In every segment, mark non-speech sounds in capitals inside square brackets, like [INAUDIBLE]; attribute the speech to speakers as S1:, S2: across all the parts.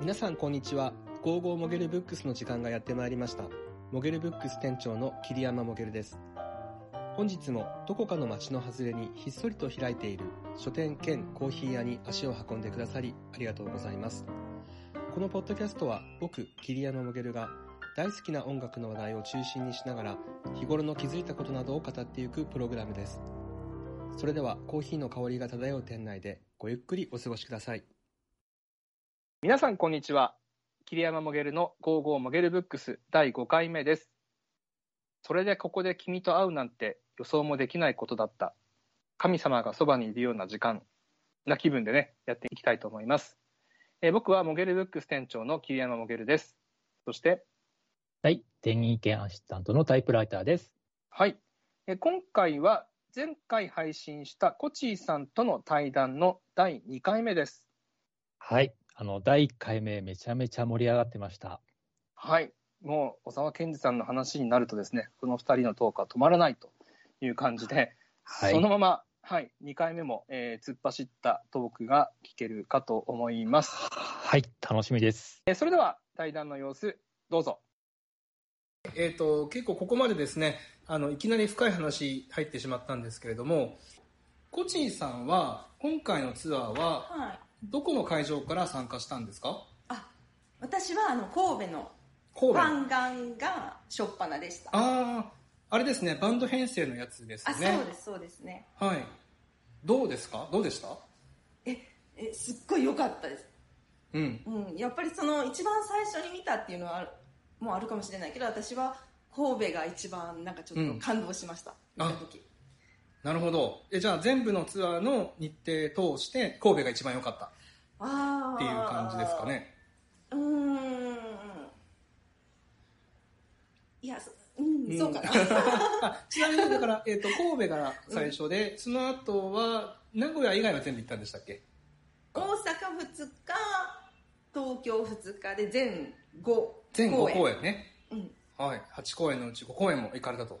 S1: 皆さんこんにちは。ゴーゴーモゲルブックスの時間がやってまいりました。モゲルブックス店長の桐山モゲルです。本日もどこかの街の外れにひっそりと開いている書店兼コーヒー屋に足を運んでくださりありがとうございます。このポッドキャストは僕、桐山モゲルが大好きな音楽の話題を中心にしながら日頃の気づいたことなどを語っていくプログラムです。それではコーヒーの香りが漂う店内でごゆっくりお過ごしください。皆さんこんにちは。桐山モゲルの55モゲルブックス第5回目です。それでここで君と会うなんて予想もできないことだった。神様がそばにいるような時間な気分でね、やっていきたいと思います。えー僕はモゲルブックス店長の桐山モゲルです。そして、
S2: はい。天人意見アシスタントのタイプライターです。
S1: はい。えー今回は前回配信したコチーさんとの対談の第2回目です。
S2: はい。あの、第1回目めちゃめちゃ盛り上がってました。
S1: はい。もう小沢健二さんの話になるとですね、この2人のトークは止まらないという感じで、
S2: はい
S1: そのまま、はい、2回目も、えー突っ走ったトークが聞けるかと思います。
S2: はい。楽しみです。
S1: えーそれでは対談の様子、どうぞ。
S3: えー、と結構ここまでですねあのいきなり深い話入ってしまったんですけれどもコチンさんは今回のツアーは
S4: はい、
S3: どこの会場から参加したんですか
S4: あ私はあの神戸の
S3: 神戸
S4: パ
S3: あ
S4: ンガンが初っ端でしたあ
S3: あーあれですねバンド編成のやつですね
S4: そうですそうですね
S3: はいどうですかどうでした
S4: ええすっごい良かったです、
S3: うん
S4: うん、やっぱりその一番最初に見たっていうのはあるもうあるかもしれないけど私は神戸が一番なんかちょっと感動しました、
S3: うん
S4: 見た時
S3: なるほどえじゃあ全部のツアーの日程通して神戸が一番良かったっ
S4: ああ
S3: ていう感じですかね
S4: うーんいやそうん、
S3: うん
S4: そう
S3: [LAUGHS]
S4: かな
S3: あちなみに
S4: [LAUGHS]
S3: だから、えー、と神戸が最初で、その後は名古屋以外は全部行ったんでしたっけ
S4: 大阪2日東京2日で全5
S3: 全5公演ね
S4: うん
S3: はい8公演のうち5公演も行かれたと、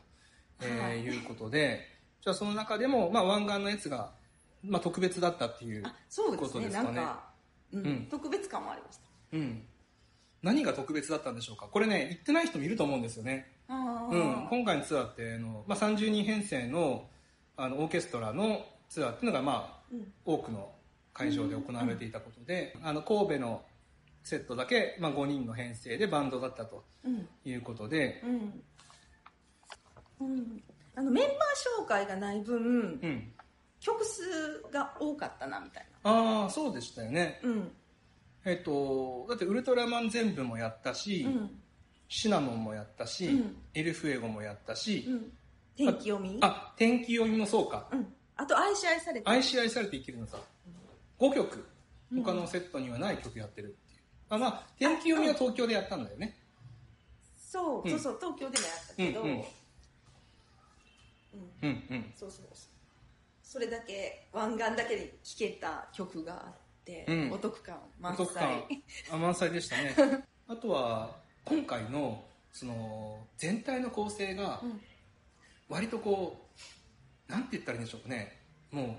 S3: えー
S4: はい
S3: い、うことでじゃあその中でも、まあ、湾岸のやつが、まあ、特別だったっていう
S4: あ、そうです
S3: こと
S4: ね。
S3: です
S4: な
S3: かね
S4: んか、うん
S3: うん
S4: 特別感もありました。
S3: うん、何が特別だったんでしょうかこれね行ってない人もいると思うんですよね、
S4: あ
S3: う
S4: ー
S3: ん、今回のツアーってあの、まあ、30人編成のあのオーケストラのツアーっていうのがまあ
S4: うん
S3: 多くの会場で行われていたことで、あの神戸のセットだけ、まあ、5人の編成でバンドだったと
S4: うん
S3: いうことで、
S4: うんうんあのメンバー紹介がない分
S3: うん
S4: 曲数が多かったなみたい
S3: ああそうでしたよね、
S4: なうん
S3: えっとだってウルトラマン全部もやったし、
S4: うん
S3: シナモンもやったし、
S4: うん
S3: エルフエゴもやったし、
S4: うん天気読み
S3: あ天気読みもそうか
S4: うんあと愛し愛されて
S3: 愛し愛されて生きるのさ5曲他のセットにはない曲やってるっていう、あまあ天気読みは東京でやったんだよね
S4: そううんそうそう東京でもやったけど
S3: うんう
S4: う
S3: ん
S4: ん
S3: うんうん
S4: そうそうそうそれだけ湾岸だけで聴けた曲があって
S3: うん
S4: お得感満
S3: 満足感
S4: 載
S3: あ満載でしたね
S4: [LAUGHS]
S3: あとは今回のその全体の構成が
S4: うん
S3: 割とこうなんて言ったらいいんでしょうかねもう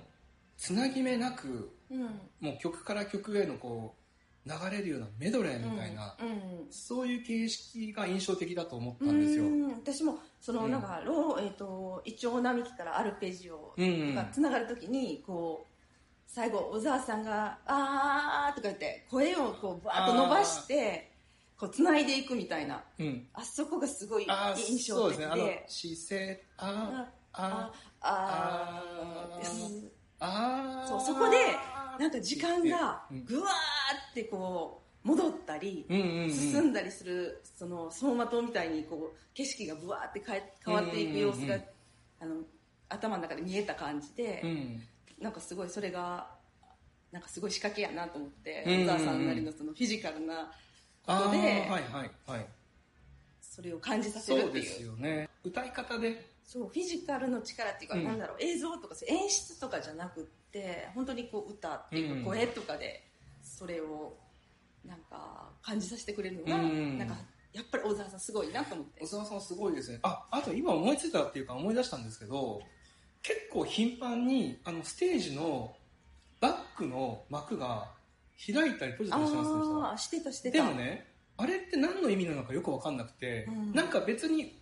S3: つなぎ目なく
S4: [LAUGHS] うん
S3: もう曲から曲へのこう流れるようなメドレーみたいな、
S4: うんうん
S3: そういう形式が印象的だと思った
S4: うん
S3: ですよ。
S4: ん私もその、
S3: うん
S4: なんかロー、えー、と一応並木からアルペジオ
S3: うん
S4: がつながるときにこう最後小沢さんが「あー」とか言って声をこうバーッと伸ばしてこうつないでいくみたいな
S3: うん、
S4: あそこがすごい
S3: あー
S4: 印象的
S3: そうですね
S4: で
S3: あの姿勢あーあ
S4: ああーです
S3: ーあー
S4: そうそこでなんか時間が
S3: うん
S4: ぐわーってこう戻ったり、
S3: うんうんうん、
S4: 進んだりするその走馬灯みたいにこう景色がぶわーって変え変わっていく様子が、
S3: うん
S4: あの頭の中で見えた感じで、
S3: うん
S4: なんかすごいそれがなんかすごい仕掛けやなと思って
S3: うんうんうん
S4: 小沢、さんなりのそのフィジカルな
S3: あ
S4: こと
S3: ー
S4: で
S3: はいはいはい
S4: それを感じさせる
S3: そう
S4: って
S3: で
S4: いう
S3: すよね歌い方で
S4: そうフィジカルの力っていうか、
S3: うん
S4: なんだろう映像とかそう演出とかじゃなくって本当にこう歌っていううんか声とかでそれをなんか感じさせてくれるのが、
S3: うん
S4: なんかやっぱり小沢さんすごいなと思って
S3: 小沢さんすごいですねああと今思いついたっていうか思い出したんですけど結構頻繁にあのステージのバックの幕が開いたり閉じたりしますねした
S4: ああ、してたしてた。
S3: でもねあれって何の意味なのかよく分かんなくて、
S4: うん
S3: なんか別に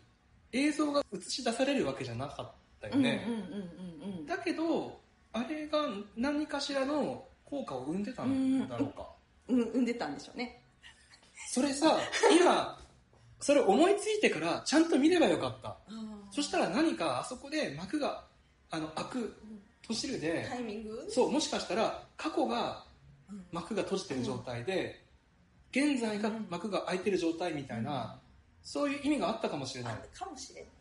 S3: 映像が映し出されるわけじゃなかったよ
S4: うん、
S3: ね、
S4: うんうんうんうん。
S3: だけどあれが何かしらの効果を生んでたんだろうか、
S4: うん、産んでたんでしょうね。
S3: それさ今それ思いついてからちゃんと見ればよかったそした
S4: ら、
S3: ら何かあそこで幕があの開く途中で、
S4: タイミング
S3: そうもしかしたら過去が
S4: うん
S3: 幕が閉じてる状態で、現在が幕が開いてる状態みたいな、そういう意味があったかもしれな
S4: あ
S3: い
S4: かもしれない。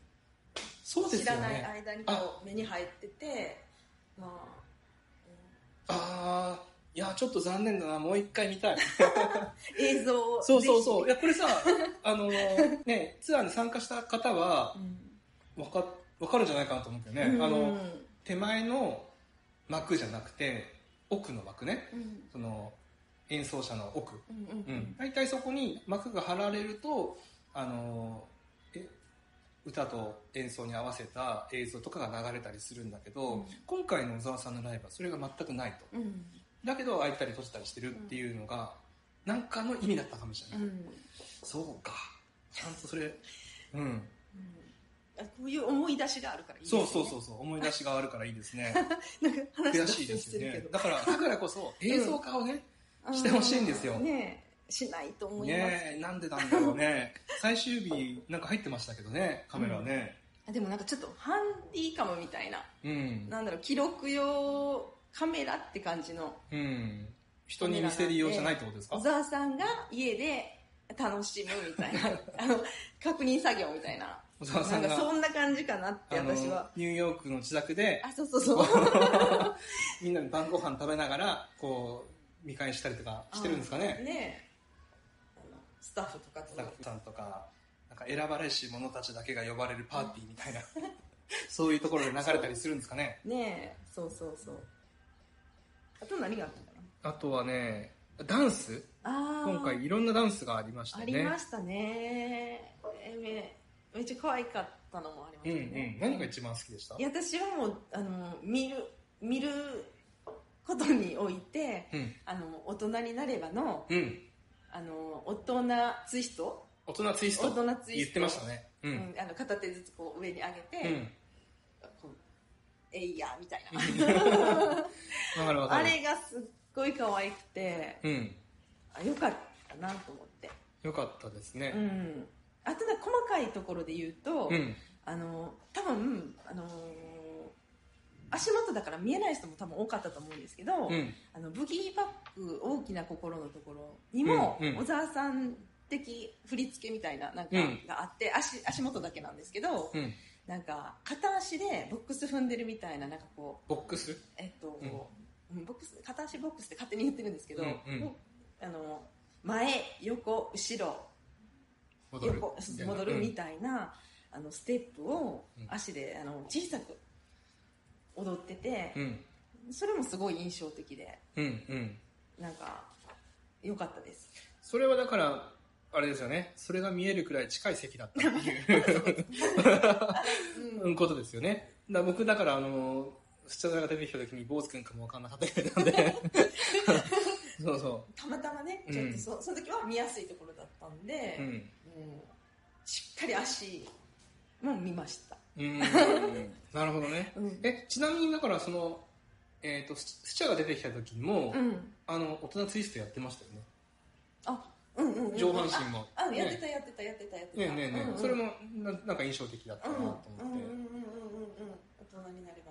S3: そうで
S4: 知
S3: すよ
S4: らない
S3: ね
S4: 間にこう目に入ってて、まあ、
S3: ああいやちょっと残念だなもう一回見
S4: [LAUGHS]
S3: たい
S4: 映像を
S3: そうそう
S4: ぜ
S3: そういやこれさあの
S4: [LAUGHS]
S3: ねツアーに参加した方は
S4: ひうん
S3: わかわかるんじゃないかなと思うけどね、あ
S4: うん
S3: の手前の幕じゃなくて奥の幕ね
S4: うん
S3: その演奏者の奥
S4: うんうんう
S3: うんん、大体そこに幕が張られると、あのーえ歌と演奏に合わせた映像とかが流れたりするんだけど、
S4: うん
S3: 今回の小沢さんのライブはそれが全くないと
S4: うん
S3: だけど開いたり閉じたりしてるっていうのが何かの意味だったかもしれ
S4: う
S3: ない、
S4: ん
S3: そうかちゃんとそれ、うん、
S4: あこういう思い出しがあるからいいです
S3: そ
S4: よ
S3: う
S4: ね
S3: そうそうそう思い出しがあるからいいですね
S4: なんか話
S3: 悔しい
S4: [LAUGHS] 脱
S3: ですよ
S4: 線してる
S3: ね
S4: けど
S3: だからだからこそ映像化をね、してほしいんですよ
S4: あーねえしないと思います、
S3: ねえなんでなんだろうね [LAUGHS] 最終日なんか入ってましたけどねカメラね
S4: あでもなんかちょっとハンディカムみたいな
S3: うん
S4: なんだろう記録用カメラって感じの
S3: うん。人に見せるようじゃないってことですか
S4: 小沢さんが家で楽しむみたいなあの確認作業みたいな
S3: 小沢さ
S4: なん
S3: ん
S4: か
S3: が。
S4: そんな感じかなって
S3: あの
S4: 私は
S3: ニューヨークの自宅で、
S4: あそうそうそう
S3: [LAUGHS] みんなで晩ご飯食べながら、こう、見返したりとかしてるんですかね。
S4: ねえあのスタッフとか
S3: ス
S4: と
S3: タッフさんとか、なんか選ばれし者たちだけが呼ばれるパーティーみたいな、 [LAUGHS] そういうところで流れたりするんですかね。
S4: ねえそうそうそうあと何があったか
S3: あとはね、ダンス
S4: なあー
S3: 今回いろんなダンスがありました
S4: あ
S3: よ
S4: り
S3: ね
S4: ま。したねえめめっちゃ可愛かったのもありま
S3: うんう
S4: した
S3: ん
S4: ね。、
S3: 何が一番好きでした
S4: いや私はもうあの見る見ることにおいて
S3: うん。
S4: あの大人になればの
S3: うん。
S4: あの大人ツイスト、
S3: 大人ツイスト。
S4: 大人ツイスト
S3: 言ってましたね。う
S4: うん
S3: ん。
S4: あの片手ずつこう上に上げ
S3: う
S4: て、
S3: ん。
S4: こうえいやみたいな、 [LAUGHS]
S3: わかるわか
S4: あ
S3: る。
S4: れがすっごい可愛くて
S3: うん。
S4: あよかったなと思って、
S3: よかったです
S4: う
S3: ね。
S4: ん、あとね細かいところで言うと、
S3: うん。
S4: あの多分あのー足元だから見えない人も多分多かったと思うんですけど、
S3: うん。
S4: あのブギーバック大きな心のところにも、
S3: うんうん
S4: 小沢さん的振り付けみたいななんか
S3: うん
S4: があって、足足元だけなんですけど、
S3: うん。
S4: なんか片足でボックス踏んでるみたいななんかこ
S3: ボックス
S4: うえっと、
S3: うん
S4: うんボックス片足ボックスって勝手に言ってるんですけど、
S3: うんうん
S4: もうあの前横後ろ
S3: 戻る
S4: 横戻るみたいな、あのステップを
S3: うん
S4: 足であの小さく踊ってて
S3: う、ん
S4: それもすごい印象的で
S3: うんうん
S4: なんか良かったです
S3: それはだからあれですよねそれが見えるくらい近い席だったって
S4: [LAUGHS]
S3: いう
S4: う
S3: うんんことですよねだから僕だからあのスチャダラが出てきた時に坊主くんかも分かんなかったみたいなん
S4: [LAUGHS]
S3: でそうそ
S4: たまたまね
S3: うん
S4: ちょっとそ,、その時は見やすいところだったんで、
S3: ううん
S4: うんしっかり足も見ました、
S3: うんなるほどね
S4: うん
S3: えちなみにだからそのえっ、とススチャが出てきた時にも、
S4: うん、
S3: あの大人ツイストやってましたよね
S4: あうんうん、うん、
S3: 上半身も
S4: ああやって
S3: ね
S4: たやってたやってたやってた
S3: ねえねえねえ、
S4: うんうん
S3: それもななんか印象的だった
S4: うん
S3: な
S4: う
S3: と
S4: んうん
S3: 思って、
S4: うんうんうんうん大人になれ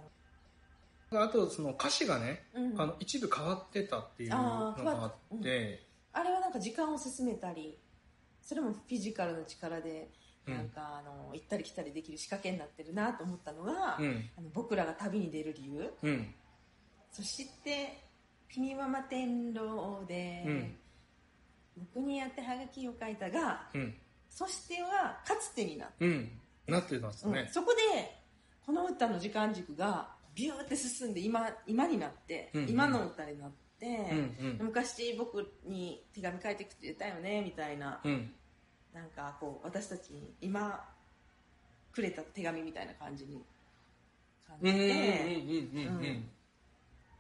S4: ば
S3: あとその歌詞がね、
S4: うん
S3: あの一部変わってたっていうのがあって、
S4: あれはなんか時間を進めたり、それもフィジカルの力で、
S3: うん
S4: なんかあの、行ったり来たりできる仕掛けになってるなと思ったのが、
S3: うん、
S4: あの僕らが旅に出る理由。
S3: うん、
S4: そして、君は摩天楼で、
S3: うん
S4: 僕にやってハガキを書いたが、
S3: うん、
S4: そしてはかつてになっ
S3: うん、なってました
S4: た、うん
S3: ね。
S4: そこで、この歌の時間軸がビューって進んで今、今になって、
S3: うんうん
S4: 今の歌になって、
S3: うん、うん、
S4: 昔僕に手紙書いてくれたよねみたいな、
S3: うん、
S4: なんかこう私たちに今くれた手紙みたいな感じに感
S3: うん、うん、うん、うん、
S4: じ
S3: うん
S4: て、、
S3: うん、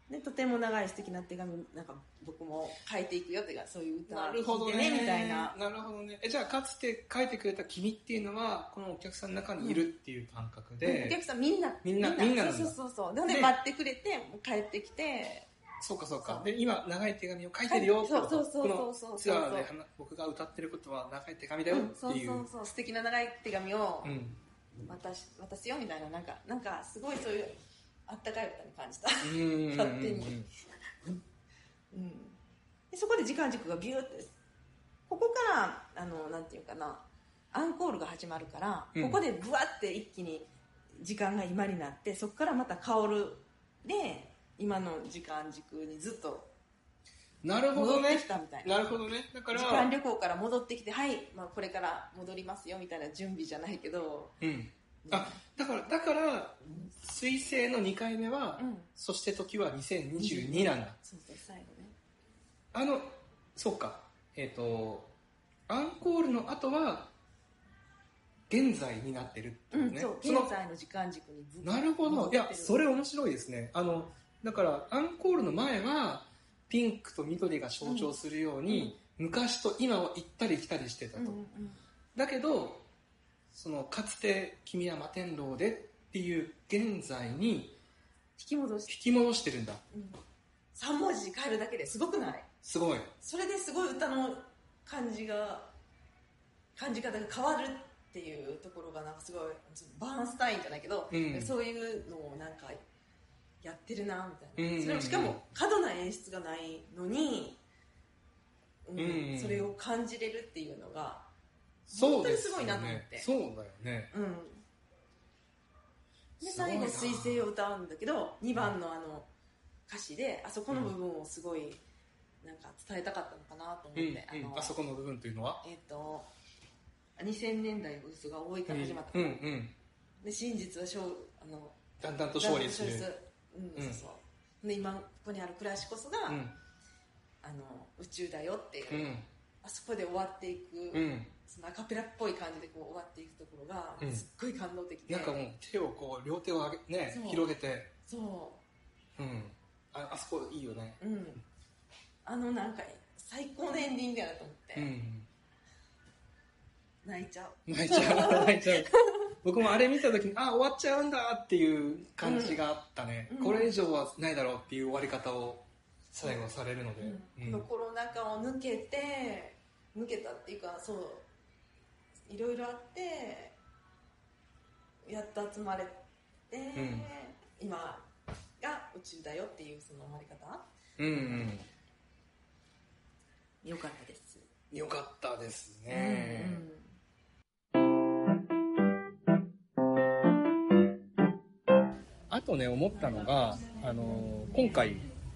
S4: でとても長い素敵な手紙なんか僕も書いていくよっていうかそういう歌
S3: なるほど
S4: 聞い
S3: ね
S4: てねみたいな
S3: るほどねえじゃあかつて書いてくれた君っていうのはこのお客さんの中にいるっていう感覚で、
S4: お客さんみんな
S3: みんなみんななんだ
S4: そうそうそうそうなの
S3: ね
S4: で待ってくれてもう帰ってきて
S3: そうかそう
S4: そ
S3: か
S4: う
S3: で今長い手紙を書いてるよってこと
S4: そうそうそうそうそう
S3: このツアーで話僕が歌ってることは長い手紙だよ
S4: うん
S3: って
S4: そう
S3: いう、
S4: そうそう素敵な長い手紙を
S3: うん
S4: 渡し渡すよみたいななんかなんかすごいそういうあったかい歌に感じた、
S3: うん
S4: 勝手にうん、でそこで時間軸がビューってここからあのなんていうかなアンコールが始まるから、
S3: うん
S4: ここでブワって一気に時間が今になってそこからまた香るで今の時間軸にずっと
S3: なるほ
S4: 戻
S3: ど
S4: って
S3: ね
S4: きたみたいな
S3: なるほどねだから
S4: 時間旅行から戻ってきてはい、まあ、これから戻りますよみたいな準備じゃないけど、
S3: うんあだからだから彗星の2回目は、
S4: うん、
S3: そして時は2022なんだ、
S4: そうそう最後ね
S3: あのそうかえっ、とアンコールの後は現在になってるっていうね、
S4: そう
S3: その
S4: 現在の時間軸にずっと
S3: なるほどいやそれ
S4: を
S3: 面白いですねあのだからアンコールの前はピンクと緑が象徴するように、昔と今を行ったり来たりしてたと、だけどそのかつて「君は摩天楼で」っていう現在に
S4: 引き戻し、
S3: 引き戻してるんだ
S4: うん、3文字変えるだけですごくない
S3: すごい
S4: それですごい歌の感じが感じ方が変わるっていうところがなんかすごいバーンスタインじゃないけど、
S3: うん
S4: そういうのをなんかやってるなみたいな、
S3: うん
S4: それもしかも過度な演出がないのに、うん
S3: うん
S4: それを感じれるっていうのが、
S3: そうですよ
S4: 本当にすごいなと思って
S3: そうだよね
S4: うん、で最後「
S3: すごい
S4: 彗
S3: な
S4: 星」を歌うんだけど2番のあの歌詞であそこの部分をすごいなんか伝えたかったのかなと思って、
S3: うん
S4: あ
S3: う
S4: の
S3: ん、あそこの部分というのは
S4: えっ、と2000年代の嘘が多いから始まった、
S3: うんうん
S4: で真実は勝あの
S3: だんだんと勝利する
S4: だんだん勝利するうん、
S3: うん
S4: そうそうで今ここにある暮らしこそが、
S3: うん
S4: あの宇宙だよっていう、
S3: うん
S4: あそこで終わっていく、
S3: うん
S4: そのアカペラっぽい感じでこう終わっていくところが、
S3: うん
S4: すっごい感動的で
S3: なんかもう手をこう両手を上げね
S4: そう
S3: 広げて
S4: そ
S3: うんああそこいいよね
S4: ううんあのなんか最高のエンディングやなと思って、
S3: うん
S4: 泣いちゃう
S3: 泣いちゃう泣いちゃ [LAUGHS] う僕もあれ見た時にあ終わっちゃうんだっていう感じがあったね、
S4: うん
S3: これ以上はないだろうっていう終わり方を最後されるので、
S4: うんこのコロナ禍を抜けて抜けたっていうかそういろいろあってやっと集まれて、
S3: ん
S4: 今が宇宙だよっていうその終わり方
S3: うんうん
S4: よかったです、
S3: よかったですね、あとね思ったのが、あの今回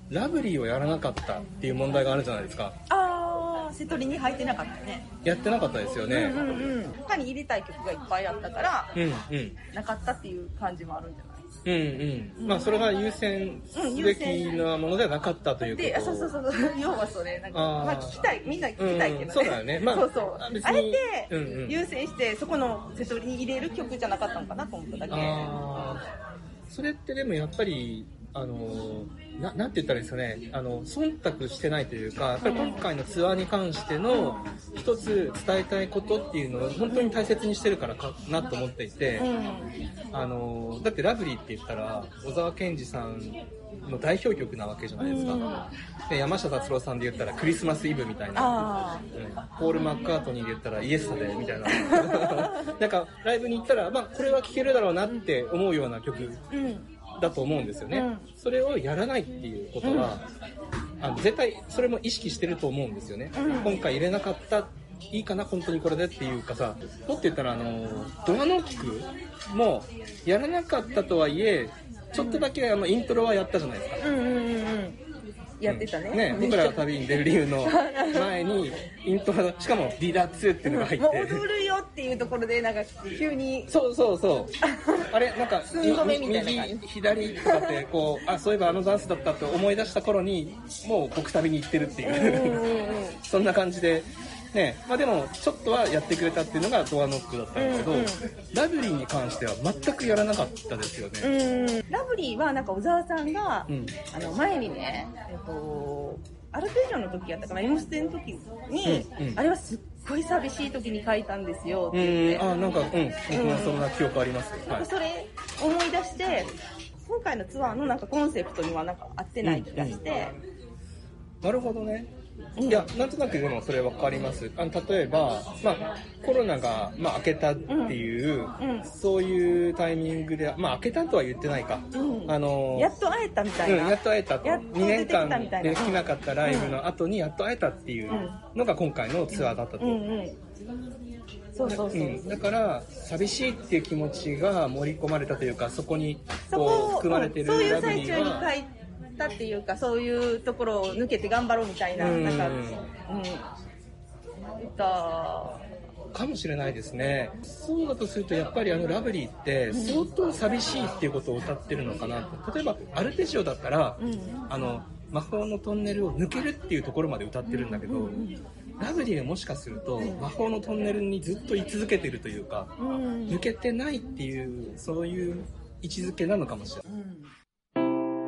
S3: ラブリーをやらなかったっていう問題があるじゃないですか
S5: ああ瀬戸りに入ってなかったね
S3: やってなかったですよね
S5: うんうん他に入れたい曲がいっぱいあったから
S3: うんうん
S5: なかったっていう感じもあるんじゃない
S3: うんうんまあそれが優先すべきなものではなかったということ
S5: であそうそうそうそう [LAUGHS] 要はそれなんか
S3: あー
S5: まあ聞きたいみんな聞
S3: うん
S5: きたいけどね、
S3: そうだよ
S5: [LAUGHS]
S3: ねまあ
S5: そうそう
S3: 別に
S5: あれで
S3: うんうん
S5: 優先してそこの瀬戸りに入れる曲じゃなかったのかなと思っただけ
S3: あーそれってでもやっぱりあのななんて言ったらいいですかねあの忖度してないというかやっぱり今回のツアーに関しての一つ伝えたいことっていうのを本当に大切にしてるからかなと思っていて、あのだって「ラブリー」って言ったら小沢健二さんの代表曲なわけじゃないですか、で山下達郎さんで言ったら「クリスマスイブ」みたいな
S5: あ
S3: うんポール・マッカートニーで言ったらイエスだねみたいななんかライブに行ったら、まあ、これは聴けるだろうなって思うような曲
S5: あうん
S3: だと思うんですよね、
S5: うん
S3: それをやらないっていうことは、あの絶対それも意識してると思うんですよね、今回入れなかったいいかな本当にこれでっていうかさもっと言ったらあのドアノキクもやらなかったとはいえちょっとだけあのイントロはやったじゃないですか
S5: うんうんうんうんやってたね,、
S3: 僕らが旅に出る理由の
S5: [LAUGHS]
S3: 前にイントロしかも「リラ2」っていうのが入っ
S5: もう
S3: て
S5: 踊るよっていうところでなんか急
S3: [LAUGHS]
S5: に
S3: そうそ
S5: [LAUGHS]
S3: うそうあれなんか
S5: 寸止めみたいな感じ
S3: 右左とかってこうあそういえばあのダンスだったって思い出した頃にもう僕旅に行ってるっていう、そんな感じでねまあ、でもちょっとはやってくれたっていうのがドアノックだったんだけど、
S4: うんうん
S3: ラブリーに関しては全くやらなかったですよね、
S4: うんラブリーはなんか小沢さんが、
S3: うん
S4: あの前にね、えっと、アルペジオの時やったかな、M ステの時に、
S3: うんうん
S4: あれはすっごい寂しい時に書いたんですよって言っ
S3: うんあ
S4: て、
S3: なんかうん僕もそんな記憶あります、
S4: な
S3: は
S4: ん
S3: い
S4: かそれ思い出して、今回のツアーのなんかコンセプトにはなんか合ってない気がして、
S3: なるほどね。
S4: うん
S3: いや、なんとなくでもそれわかります。あの、例えば、まあ、コロナが、まあ、明けたっていう、
S4: うんうん
S3: そういうタイミングで、まあ、明けたとは言ってないか。
S4: うん
S3: あの、
S4: やっと会えたみたいな。
S3: うん、やっと会えたと。
S4: やっと
S3: 2
S4: 出て
S3: 年
S4: きたみたいな
S3: 間できなかったライブの後にやっと会えたっていうのが今回のツアーだったと。
S4: うんうん。そうそうそう。
S3: うんだから寂しいっていう気持ちが盛り込まれたというかそこに
S4: そ
S3: こう
S4: こを、
S3: 含まれて
S4: うんそう
S3: る
S4: い
S3: ラ
S4: う
S3: ブ
S4: 最
S3: リ
S4: 中
S3: ー
S4: に
S3: は
S4: 書いたっていうか、そういうところを抜けて頑張ろうみたいな、
S3: うん
S4: なんか、うん。なんか
S3: かもしれないですねそうだとするとやっぱりあのラブリーって相当寂しいっていうことを歌ってるのかなと例えばアルペジオだったら、
S4: うん
S3: あの魔法のトンネルを抜けるっていうところまで歌ってるんだけど、ラブリーはもしかすると魔法のトンネルにずっと居続けてるというか、
S4: うん
S3: 抜けてないっていうそういう位置づけなのかもしれな
S6: う
S3: い
S6: ん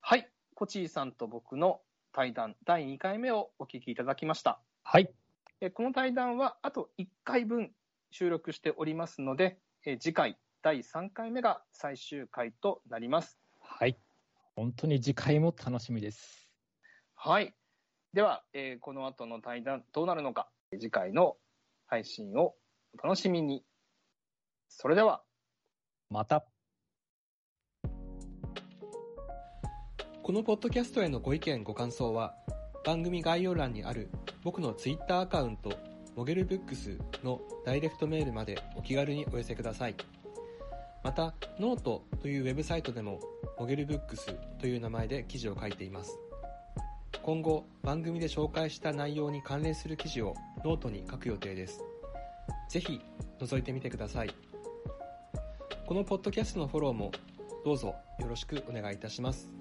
S7: はい、コチーさんと僕の対談第2回目をお聞きいただきました。
S2: はい。
S7: えーこの対談はあと1回分収録しておりますので、えー次回第3回目が最終回となります。
S2: はい。本当に次回も楽しみです。
S7: はい。では、えーこの後の対談どうなるのか、次回の配信をお楽しみに。それでは、
S2: また。
S1: このポッドキャストへのご意見ご感想は番組概要欄にある僕のツイッターアカウントモゲルブックスのダイレクトメールまでお気軽にお寄せくださいまたノートというウェブサイトでもモゲルブックスという名前で記事を書いています今後番組で紹介した内容に関連する記事をノートに書く予定ですぜひ覗いてみてくださいこのポッドキャストのフォローもどうぞよろしくお願いいたします